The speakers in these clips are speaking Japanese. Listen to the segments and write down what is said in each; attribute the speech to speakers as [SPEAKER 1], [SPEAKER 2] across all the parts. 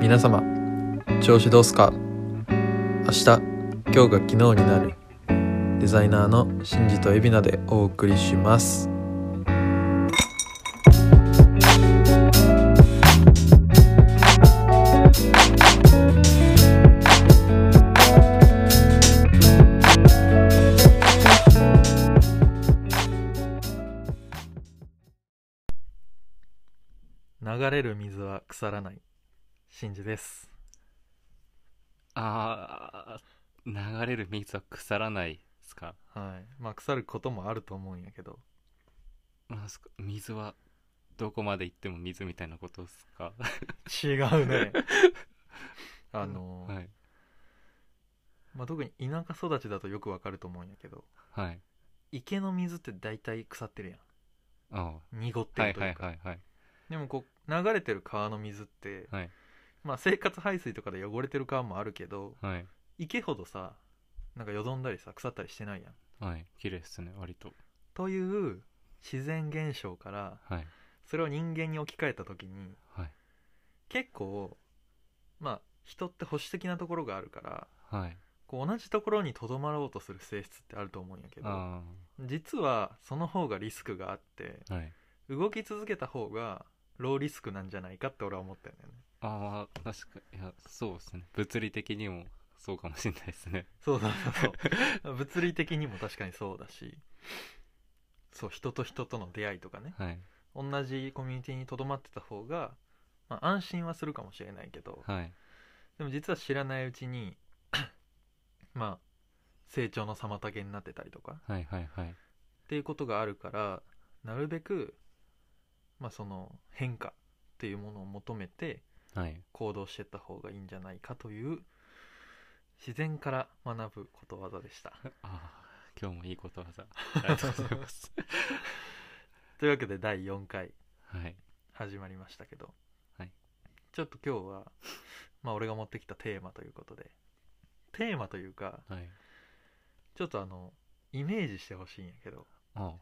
[SPEAKER 1] 皆様調子どうすか明日今日が昨日になるデザイナーのシンジとエビナでお送りします流れる水は腐らないシンジです
[SPEAKER 2] あー流れる水は腐らないですか
[SPEAKER 1] はいまあ腐ることもあると思うんやけど
[SPEAKER 2] なんすか水はどこまで行っても水みたいなことですか
[SPEAKER 1] 違う ねあの、
[SPEAKER 2] はい
[SPEAKER 1] まあ、特に田舎育ちだとよくわかると思うんやけど
[SPEAKER 2] はい
[SPEAKER 1] 池の水って大体腐ってるや
[SPEAKER 2] あ
[SPEAKER 1] ん濁って
[SPEAKER 2] あ
[SPEAKER 1] る
[SPEAKER 2] はい
[SPEAKER 1] というか、
[SPEAKER 2] はいはいはい
[SPEAKER 1] でもこう流れてる川の水って、
[SPEAKER 2] はい
[SPEAKER 1] まあ、生活排水とかで汚れてる川もあるけど
[SPEAKER 2] はい
[SPEAKER 1] 池ほどさなんかよどんだりさ腐ったりしてないやん
[SPEAKER 2] はい綺麗ですね割と
[SPEAKER 1] という自然現象から
[SPEAKER 2] はい
[SPEAKER 1] それを人間に置き換えた時に
[SPEAKER 2] はい
[SPEAKER 1] 結構まあ人って保守的なところがあるから
[SPEAKER 2] はい
[SPEAKER 1] こう同じところにとどまろうとする性質ってあると思うんやけど
[SPEAKER 2] あ
[SPEAKER 1] 実はその方がリスクがあって
[SPEAKER 2] あはい
[SPEAKER 1] 動き続けた方がローリスクなんじゃないかって俺は思ったよね
[SPEAKER 2] あーまあ確かいやそうですね物理的にもそうかもしれないですね
[SPEAKER 1] そうそうそう そう物理的にも確かにそうだしそう人と人との出会いとかね
[SPEAKER 2] はい
[SPEAKER 1] 同じコミュニティにとどまってた方が、まあ、安心はするかもしれないけど
[SPEAKER 2] はい
[SPEAKER 1] でも実は知らないうちに まあ成長の妨げになってたりとか
[SPEAKER 2] はいはいはい
[SPEAKER 1] っていうことがあるからなるべく、まあ、その変化っていうものを求めて
[SPEAKER 2] はい
[SPEAKER 1] 行動してった方がいいんじゃないかという自然から学ぶことわざで した。
[SPEAKER 2] あー今日もいいことわざありがとうございます
[SPEAKER 1] というわけで第4回
[SPEAKER 2] はい
[SPEAKER 1] 始まりましたけど、
[SPEAKER 2] はい
[SPEAKER 1] ちょっと今日は、まあ、俺が持ってきたテーマということでテーマというか
[SPEAKER 2] はい
[SPEAKER 1] ちょっとあのイメージしてほしいんやけど
[SPEAKER 2] あ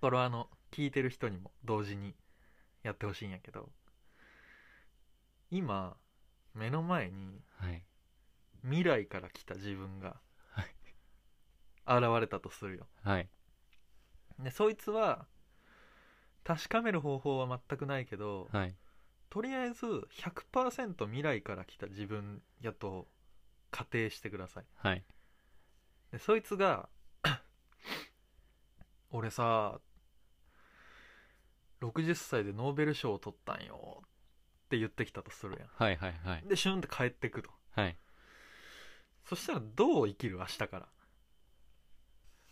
[SPEAKER 1] これはあの聞いてる人にも同時にやってほしいんやけど今目の前に
[SPEAKER 2] ーはい
[SPEAKER 1] 未来から来た自分が
[SPEAKER 2] はい
[SPEAKER 1] 現れたとするよ
[SPEAKER 2] はい
[SPEAKER 1] でそいつは確かめる方法は全くないけど、
[SPEAKER 2] はい
[SPEAKER 1] とりあえず100%未来から来た自分やと仮定してください
[SPEAKER 2] はい
[SPEAKER 1] でそいつが 俺さ60歳でノーベル賞を取ったんよって言ってきたとするや
[SPEAKER 2] はいはいはい
[SPEAKER 1] んでシュンって帰ってくと
[SPEAKER 2] はい
[SPEAKER 1] そしたらどう生きる明日か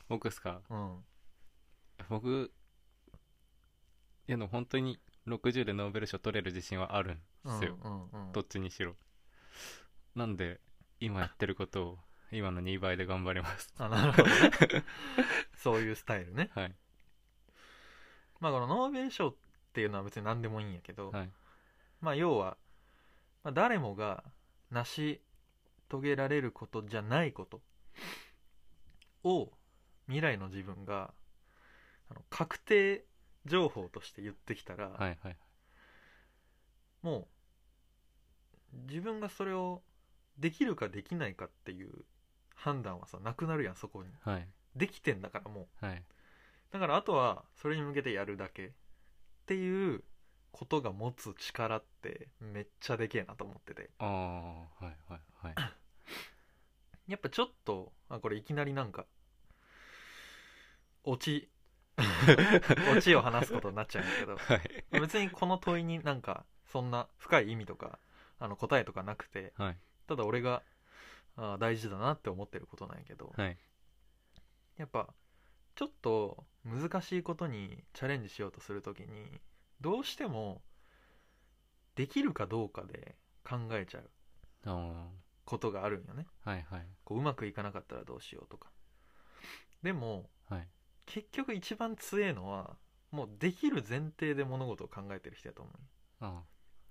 [SPEAKER 2] 僕ですから
[SPEAKER 1] うん
[SPEAKER 2] 僕いやでも本当に60でノーベル賞取れる自信はあるん
[SPEAKER 1] うん
[SPEAKER 2] ですよ、
[SPEAKER 1] うんうん
[SPEAKER 2] どっちにしろなんで今やってることを今の2倍で頑張ります
[SPEAKER 1] あなるほどね そういうスタイルね
[SPEAKER 2] はい
[SPEAKER 1] まあこのノーベル賞っていうのは別に何でもいいんやけど、
[SPEAKER 2] はい
[SPEAKER 1] まあ要は、まあ、誰もが成し遂げられることじゃないことを未来の自分があの確定情報として言ってきたら、
[SPEAKER 2] はいはい
[SPEAKER 1] もう自分がそれをできるかできないかっていう判断はさなくなるやんそこに
[SPEAKER 2] はい
[SPEAKER 1] できてんだからもう
[SPEAKER 2] はい
[SPEAKER 1] だからあとはそれに向けてやるだけっていうことが持つ力ってめっちゃでけえなと思ってて
[SPEAKER 2] ああはいはい はい
[SPEAKER 1] やっぱちょっとあこれいきなりなんか落ち落ちを話すことになっちゃうんだけど
[SPEAKER 2] はい
[SPEAKER 1] 別にこの問いになんかそんな深い意味とかあの答えとかなくて
[SPEAKER 2] はい
[SPEAKER 1] ただ俺があ大事だなって思ってることなんやけど
[SPEAKER 2] はい
[SPEAKER 1] やっぱちょっと難しいことにチャレンジしようとするときにどうしてもできるかどうかで考えちゃう
[SPEAKER 2] あー
[SPEAKER 1] ことがあるんよね
[SPEAKER 2] はいはい
[SPEAKER 1] こううまくいかなかったらどうしようとかでも
[SPEAKER 2] はい
[SPEAKER 1] 結局一番強えのはもうできる前提で物事を考えてる人やと思
[SPEAKER 2] ああ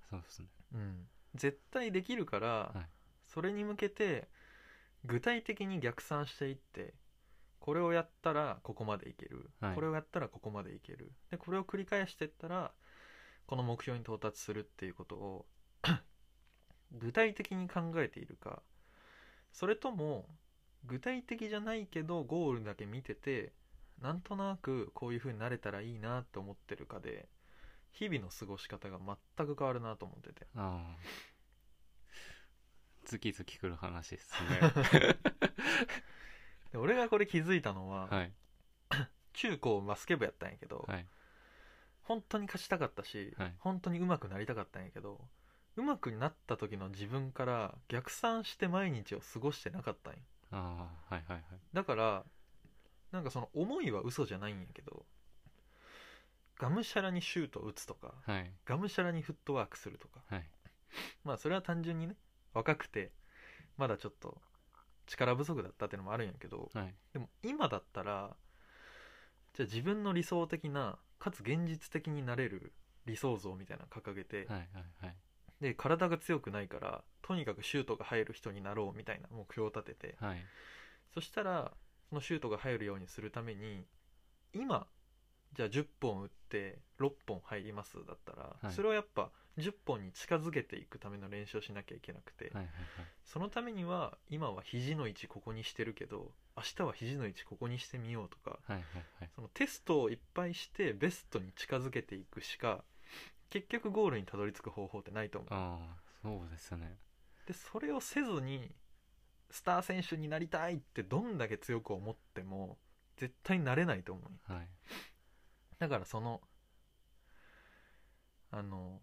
[SPEAKER 2] そうですね
[SPEAKER 1] う、うん、絶対できるから、
[SPEAKER 2] はい
[SPEAKER 1] それに向けて具体的に逆算していってこれをやったらここまでいける、
[SPEAKER 2] はい
[SPEAKER 1] これをやったらここまでいけるでこれを繰り返していったらこの目標に到達するっていうことを 具体的に考えているかそれとも具体的じゃないけどゴールだけ見ててなんとなくこういう風になれたらいいなって思ってるかで日々の過ごし方が全く変わるなと思ってて
[SPEAKER 2] ああズキズキくる話です ね
[SPEAKER 1] で俺がこれ気づいたのは、
[SPEAKER 2] はい
[SPEAKER 1] 中高バスケ部やったんやけど、
[SPEAKER 2] はい
[SPEAKER 1] 本当に勝ちたかったし、
[SPEAKER 2] はい
[SPEAKER 1] 本当に上手くなりたかったんやけど上手くなった時の自分から逆算して毎日を過ごしてなかったんよ
[SPEAKER 2] ああはいはいはい
[SPEAKER 1] だからなんかその思いは嘘じゃないんやけどがむしゃらにシュートを打つとか
[SPEAKER 2] はい
[SPEAKER 1] がむしゃらにフットワークするとか
[SPEAKER 2] はい
[SPEAKER 1] まあそれは単純にね若くてまだちょっと力不足だったっていうのもあるんやけど
[SPEAKER 2] はい
[SPEAKER 1] でも今だったらじゃあ自分の理想的なかつ現実的になれる理想像みたいなの掲げて、
[SPEAKER 2] はいはいはい
[SPEAKER 1] で体が強くないからとにかくシュートが入る人になろうみたいな目標を立てて
[SPEAKER 2] はい
[SPEAKER 1] そしたらそのシュートが入るようにするために今じゃあ10本打って6本入りますだったら、
[SPEAKER 2] はい
[SPEAKER 1] それをやっぱ10本に近づけていくための練習をしなきゃいけなくて、
[SPEAKER 2] はいはい
[SPEAKER 1] そのためには今は肘の位置ここにしてるけど明日は肘の位置ここにしてみようとか
[SPEAKER 2] はいはいはい
[SPEAKER 1] そのテストをいっぱいしてベストに近づけていくしか結局ゴールにたどり着く方法ってないと思う
[SPEAKER 2] ああそうですね
[SPEAKER 1] でそれをせずにスター選手になりたいってどんだけ強く思っても絶対なれないと思う
[SPEAKER 2] はい
[SPEAKER 1] だからそのあの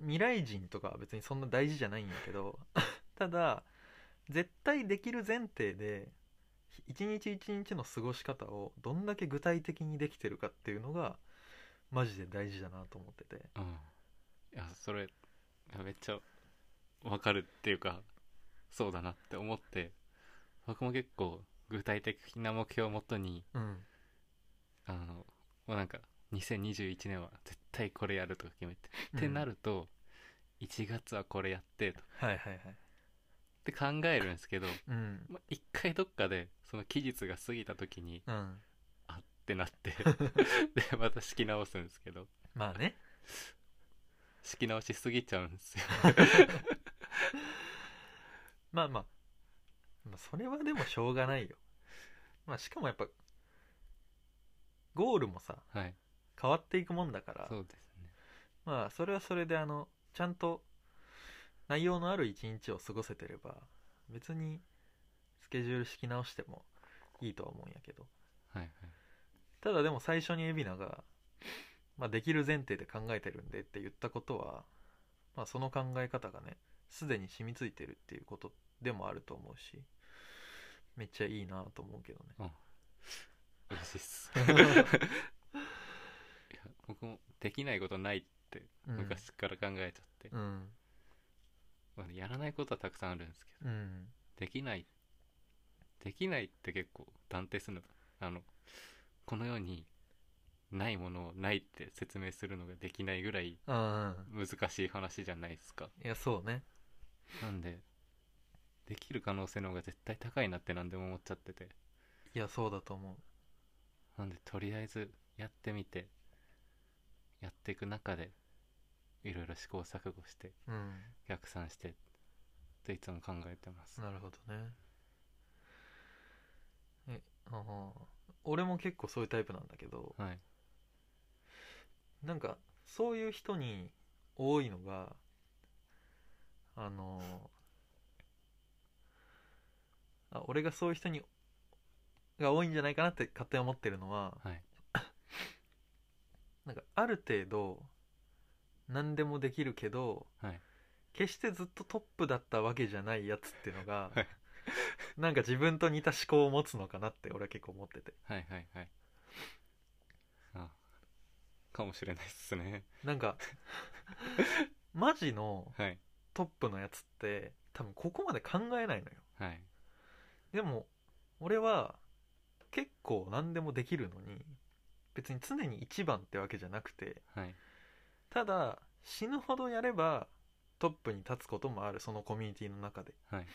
[SPEAKER 1] 未来人とかは別にそんな大事じゃないんやけど ただ絶対できる前提で一日一日の過ごし方をどんだけ具体的にできてるかっていうのがマジで大事だなと思ってて
[SPEAKER 2] うんいやそれいやめっちゃわかるっていうかそうだなって思って僕も結構具体的な目標をもとに
[SPEAKER 1] うん
[SPEAKER 2] あのもうなんか2021年は絶対これやるとか決めて、ってな
[SPEAKER 1] る、
[SPEAKER 2] ると1月はこれやってとか
[SPEAKER 1] うんはいはいはい
[SPEAKER 2] って考えるんですけど、
[SPEAKER 1] うん
[SPEAKER 2] まあ、一回どっかでその期日が過ぎた時に
[SPEAKER 1] うん
[SPEAKER 2] あってなって でまた仕切り直すんですけど
[SPEAKER 1] まあね
[SPEAKER 2] 仕切り直しすぎちゃうんですよ
[SPEAKER 1] まあまあ、まあ、それはでもしょうがないよ。まあしかもやっぱ、ゴールもさ、
[SPEAKER 2] はい
[SPEAKER 1] 変わっていくもんだから
[SPEAKER 2] そ、うですね
[SPEAKER 1] まあそれはそれであの、ちゃんと内容のある一日を過ごせてれば、別にスケジュール敷き直してもいいとは思うんやけど。
[SPEAKER 2] はいはい
[SPEAKER 1] ただでも最初に海老名が、まあ、できる前提で考えてるんでって言ったことは、まあ、その考え方がねすでに染みついてるっていうことでもあると思うしめっちゃいいなと思うけど ね
[SPEAKER 2] 嬉しいっすいや僕もできないことないって
[SPEAKER 1] うん
[SPEAKER 2] 昔から考えちゃって、
[SPEAKER 1] うん
[SPEAKER 2] まあやらないことはたくさんあるんですけど
[SPEAKER 1] うん
[SPEAKER 2] できないできないって結構断定するのあのこの世にないものをないって説明するのができないぐらい
[SPEAKER 1] あ
[SPEAKER 2] 難しい話じゃないですか
[SPEAKER 1] あいやそうね
[SPEAKER 2] なんでできる可能性の方が絶対高いなって何でも思っちゃってて
[SPEAKER 1] いやそうだと思
[SPEAKER 2] なんでとりあえずやってみてやっていく中でいろいろ試行錯誤して
[SPEAKER 1] ううん
[SPEAKER 2] 逆算してっていつも考えてます
[SPEAKER 1] なるほどねえああ俺も結構そういうタイプなんだけど、
[SPEAKER 2] はい
[SPEAKER 1] なんかそういう人に多いのがあのあ俺がそういう人にが多いんじゃないかなって勝手に思ってるのは
[SPEAKER 2] はい
[SPEAKER 1] なんかある程度何でもできるけど
[SPEAKER 2] はい
[SPEAKER 1] 決してずっとトップだったわけじゃないやつっていうのが、
[SPEAKER 2] はい
[SPEAKER 1] なんか自分と似た思考を持つのかなって俺は結構思ってて
[SPEAKER 2] はいはいはいあかもしれないっすね
[SPEAKER 1] なんかマジの
[SPEAKER 2] はい
[SPEAKER 1] トップのやつって多分ここまで考えないのよ
[SPEAKER 2] はい
[SPEAKER 1] でも俺は結構何でもできるのに別に常に一番ってわけじゃなくて
[SPEAKER 2] はい
[SPEAKER 1] ただ死ぬほどやればトップに立つこともあるそのコミュニティの中でっ
[SPEAKER 2] はい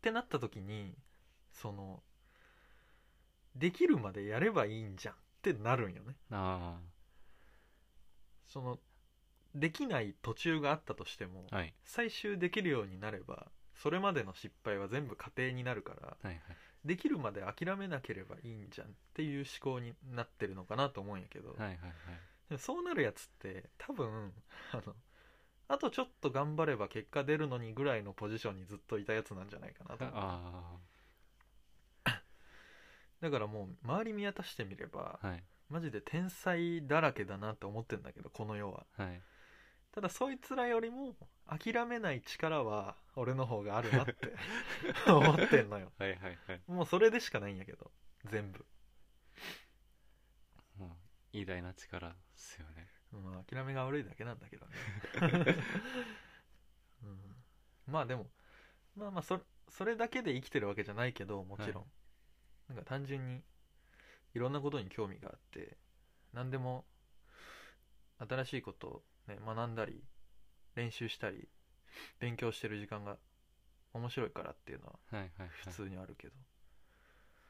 [SPEAKER 1] てなった時にそのできるまでやればいいんじゃんってなるんよね
[SPEAKER 2] あ
[SPEAKER 1] そのできない途中があったとしても、
[SPEAKER 2] はい
[SPEAKER 1] 最終できるようになればそれまでの失敗は全部過程になるから
[SPEAKER 2] はいはい
[SPEAKER 1] できるまで諦めなければいいんじゃんっていう思考になってるのかなと思うんやけど、
[SPEAKER 2] はいはい
[SPEAKER 1] でもそうなるやつって多分あのあとちょっと頑張れば結果出るのにぐらいのポジションにずっといたやつなんじゃないかなと
[SPEAKER 2] はい
[SPEAKER 1] 思う
[SPEAKER 2] あ
[SPEAKER 1] だからもう周り見渡してみれば
[SPEAKER 2] あはい
[SPEAKER 1] マジで天才だらけだなって思ってんだけどこの世は
[SPEAKER 2] はい
[SPEAKER 1] ただそいつらよりも諦めない力は俺の方があるなって思ってんのよ
[SPEAKER 2] はいはいはい
[SPEAKER 1] もうそれでしかないんやけど全部、
[SPEAKER 2] もう偉大な力ですよね
[SPEAKER 1] まあ、諦めが悪いだけなんだけど ね、うん、まあでもまあまあそそれだけで生きてるわけじゃないけどもちろん、
[SPEAKER 2] は
[SPEAKER 1] なんか単純にいろんなことに興味があって何でも新しいことを、ね、学んだり練習したり勉強してる時間が面白いからっていうのは
[SPEAKER 2] はいはいはい
[SPEAKER 1] 普通にあるけど、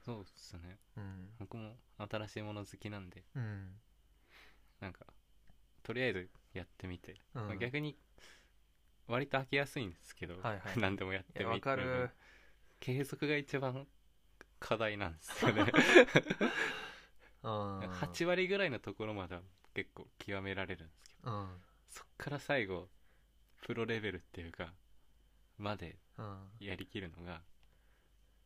[SPEAKER 2] そうっすね
[SPEAKER 1] うん
[SPEAKER 2] 僕も新しいもの好きなんで
[SPEAKER 1] うん
[SPEAKER 2] なんかとりあえずやってみて、
[SPEAKER 1] うん
[SPEAKER 2] まあ逆に割と飽きやすいんですけど、
[SPEAKER 1] はいはい
[SPEAKER 2] 何でもやっ
[SPEAKER 1] い
[SPEAKER 2] て
[SPEAKER 1] やわ
[SPEAKER 2] みて
[SPEAKER 1] かる
[SPEAKER 2] 継続が一番課題なんですよね
[SPEAKER 1] うん
[SPEAKER 2] 8割ぐらいのところまでは結構極められるんですけど
[SPEAKER 1] うん
[SPEAKER 2] そっから最後プロレベルっていうかまで
[SPEAKER 1] うん
[SPEAKER 2] やりきるのが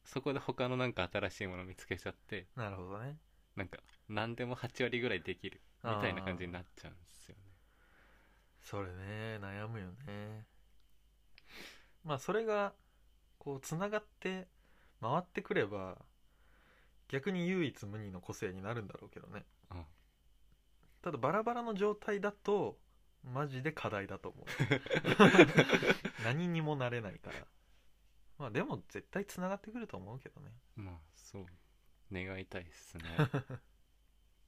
[SPEAKER 2] そこで他のなんか新しいもの見つけちゃって
[SPEAKER 1] なるほどね
[SPEAKER 2] なんか何でも8割ぐらいできるみたいな感じになっちゃうんですよね
[SPEAKER 1] それね悩むよねまあそれがこうつながって回ってくれば逆に唯一無二の個性になるんだろうけどね
[SPEAKER 2] あ
[SPEAKER 1] ただバラバラの状態だとマジで課題だと 思う何にもなれないからまあでも絶対つながってくると思うけどね
[SPEAKER 2] まあそう願いたい ですね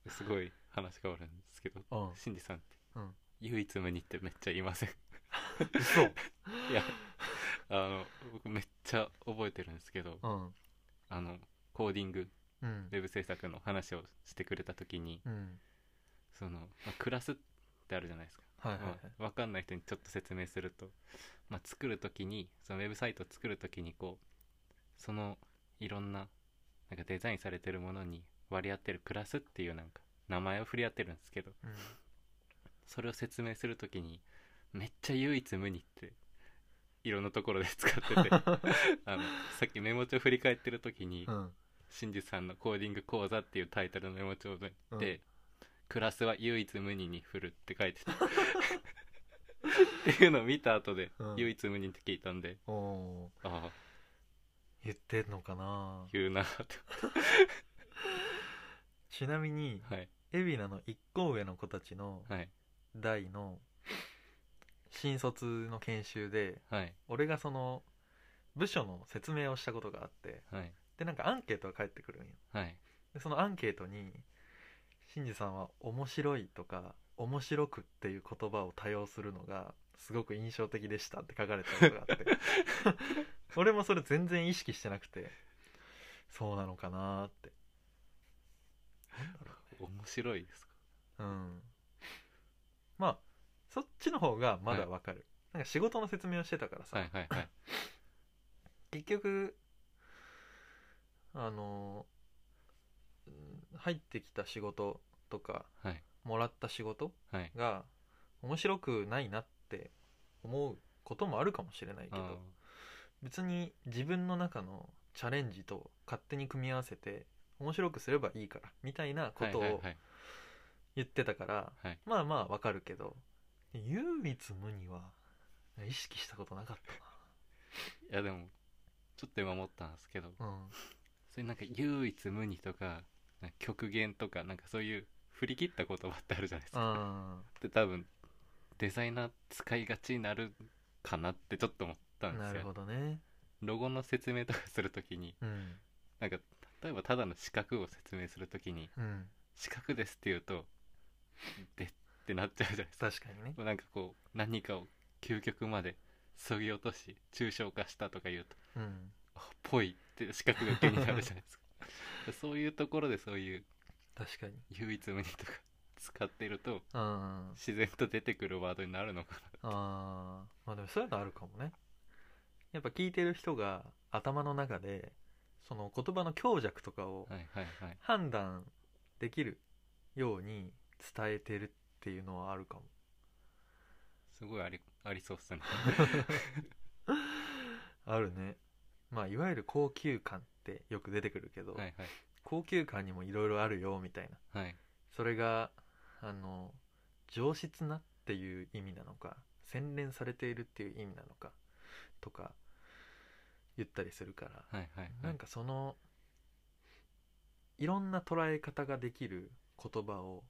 [SPEAKER 2] すごい話変わるんですけど
[SPEAKER 1] うん
[SPEAKER 2] シンジさんって、
[SPEAKER 1] うん
[SPEAKER 2] 唯一無二ってめっちゃ言いま せん
[SPEAKER 1] そう
[SPEAKER 2] いやあの僕めっちゃ覚えてるんですけど
[SPEAKER 1] うん
[SPEAKER 2] あのコーディング
[SPEAKER 1] うん
[SPEAKER 2] ウェブ制作の話をしてくれた時に
[SPEAKER 1] うん
[SPEAKER 2] その、まあクラスってあるじゃないですか、
[SPEAKER 1] はいはいはい
[SPEAKER 2] まあ分かんない人にちょっと説明すると、まあ、作る時にそのウェブサイトを作る時にこうそのいろんななんかデザインされてるものに割り当てるクラスっていうなんか名前を振り当てるんですけど
[SPEAKER 1] うん
[SPEAKER 2] それを説明する時にめっちゃ唯一無二っていろんなところで使っててあのさっきメモ帳振り返ってる時に、
[SPEAKER 1] うん
[SPEAKER 2] シンジさんのコーディング講座っていうタイトルのメモ帳で、
[SPEAKER 1] うん
[SPEAKER 2] でクラスは唯一無二に振るって書い てたっていうのを見た後で、
[SPEAKER 1] うん
[SPEAKER 2] 唯一無二って聞いたんで
[SPEAKER 1] おお
[SPEAKER 2] ああ
[SPEAKER 1] ー言ってんのかな
[SPEAKER 2] 言うなぁと
[SPEAKER 1] ちなみに
[SPEAKER 2] はい
[SPEAKER 1] 海老名の一個上の子たちの
[SPEAKER 2] はい
[SPEAKER 1] 代の新卒の研修で
[SPEAKER 2] はい
[SPEAKER 1] 俺がその部署の説明をしたことがあって
[SPEAKER 2] はい
[SPEAKER 1] でなんかアンケートが返ってくるんよ
[SPEAKER 2] はい
[SPEAKER 1] でそのアンケートに「シンジさんは面白い」とか「面白く」っていう言葉を多用するのがすごく印象的でしたって書かれたことがあ って俺もそれ全然意識してなくてそうなのかなーって
[SPEAKER 2] 面白いですか
[SPEAKER 1] うんまあそっちの方がまだわかる、なんか仕事の説明をしてたからさ、
[SPEAKER 2] はいはいはい
[SPEAKER 1] 結局あのうん入ってきた仕事とか
[SPEAKER 2] はい
[SPEAKER 1] もらった仕事
[SPEAKER 2] はい
[SPEAKER 1] が面白くないなって思うこともあるかもしれないけ
[SPEAKER 2] あ
[SPEAKER 1] ど別に自分の中のチャレンジと勝手に組み合わせて面白くすればいいからみたいな
[SPEAKER 2] ー
[SPEAKER 1] こ
[SPEAKER 2] はい
[SPEAKER 1] と
[SPEAKER 2] はい
[SPEAKER 1] を
[SPEAKER 2] はい
[SPEAKER 1] 言ってたから、
[SPEAKER 2] はい
[SPEAKER 1] まあまあわかるけど唯一無二は意識したことなかっ
[SPEAKER 2] いやでもちょっと今思ったんですけど
[SPEAKER 1] た な
[SPEAKER 2] それなんか唯一無二とかなんか極限とかなんかそういう振り切った言葉ってあるじゃないです
[SPEAKER 1] う
[SPEAKER 2] か
[SPEAKER 1] ん、うん
[SPEAKER 2] って多分デザイナー使いがちになるかなってちょっと思ったんで
[SPEAKER 1] な
[SPEAKER 2] す
[SPEAKER 1] るほ
[SPEAKER 2] よ
[SPEAKER 1] どね。
[SPEAKER 2] ロゴの説明とかするときに
[SPEAKER 1] うん。
[SPEAKER 2] なんか例えばただの四角を説明するときに
[SPEAKER 1] うん。
[SPEAKER 2] 「四角です」って言うと「で」ってなっちゃうじゃないですか
[SPEAKER 1] 確かにね。
[SPEAKER 2] なんかこう何かを究極まで削ぎ落とし抽象化したとか言うと
[SPEAKER 1] うん。
[SPEAKER 2] 「あぽい」って四角が 気になるじゃないですかそういうところでそういう
[SPEAKER 1] 確かに。
[SPEAKER 2] 唯一無二とか使ってると
[SPEAKER 1] うんあ
[SPEAKER 2] 自然と出てくるワードになるのかな
[SPEAKER 1] ーまあでもそういうのあるかもねやっぱ聞いてる人が頭の中でその言葉の強弱とかを
[SPEAKER 2] はいはいはい
[SPEAKER 1] 判断できるように伝えてるっていうのはあるかも
[SPEAKER 2] すごいありありそうっ すね
[SPEAKER 1] あるねまあいわゆる高級感ってよく出てくるけど、
[SPEAKER 2] はいはい
[SPEAKER 1] 高級感にもいろいろあるよみたいな
[SPEAKER 2] はい
[SPEAKER 1] それがあの上質なっていう意味なのか洗練されているっていう意味なのかとか言ったりするから、
[SPEAKER 2] はいはいは
[SPEAKER 1] なん
[SPEAKER 2] い
[SPEAKER 1] かそのいろんな捉え方ができる言葉を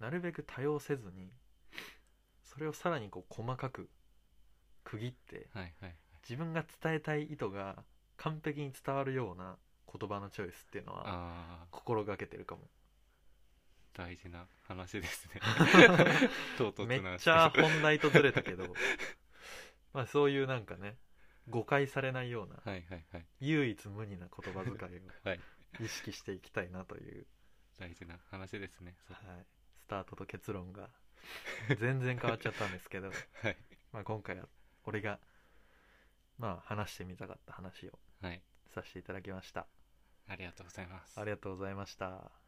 [SPEAKER 1] なるべく多用せずにそれをさらにこう細かく区切って
[SPEAKER 2] はいはい
[SPEAKER 1] 自分が伝えたい意図が完璧に伝わるような言葉のチョイスっていうのは
[SPEAKER 2] ああ
[SPEAKER 1] 心がけてるかも
[SPEAKER 2] 大事な話で すね唐突
[SPEAKER 1] めっ
[SPEAKER 2] な話
[SPEAKER 1] ちゃ本題とずれたけど まあそういうなんかね誤解されないような
[SPEAKER 2] はいはいはい
[SPEAKER 1] 唯一無二な言葉遣い
[SPEAKER 2] はい
[SPEAKER 1] を意識していきたいなという、
[SPEAKER 2] 大事な話ですねそう
[SPEAKER 1] はい、スタートと結論が全然変わっちゃったんですけど、
[SPEAKER 2] はい
[SPEAKER 1] まあ、今回は俺がまあ話してみたかった話を
[SPEAKER 2] はい
[SPEAKER 1] させていただきました
[SPEAKER 2] ありがとうございます
[SPEAKER 1] ありがとうございました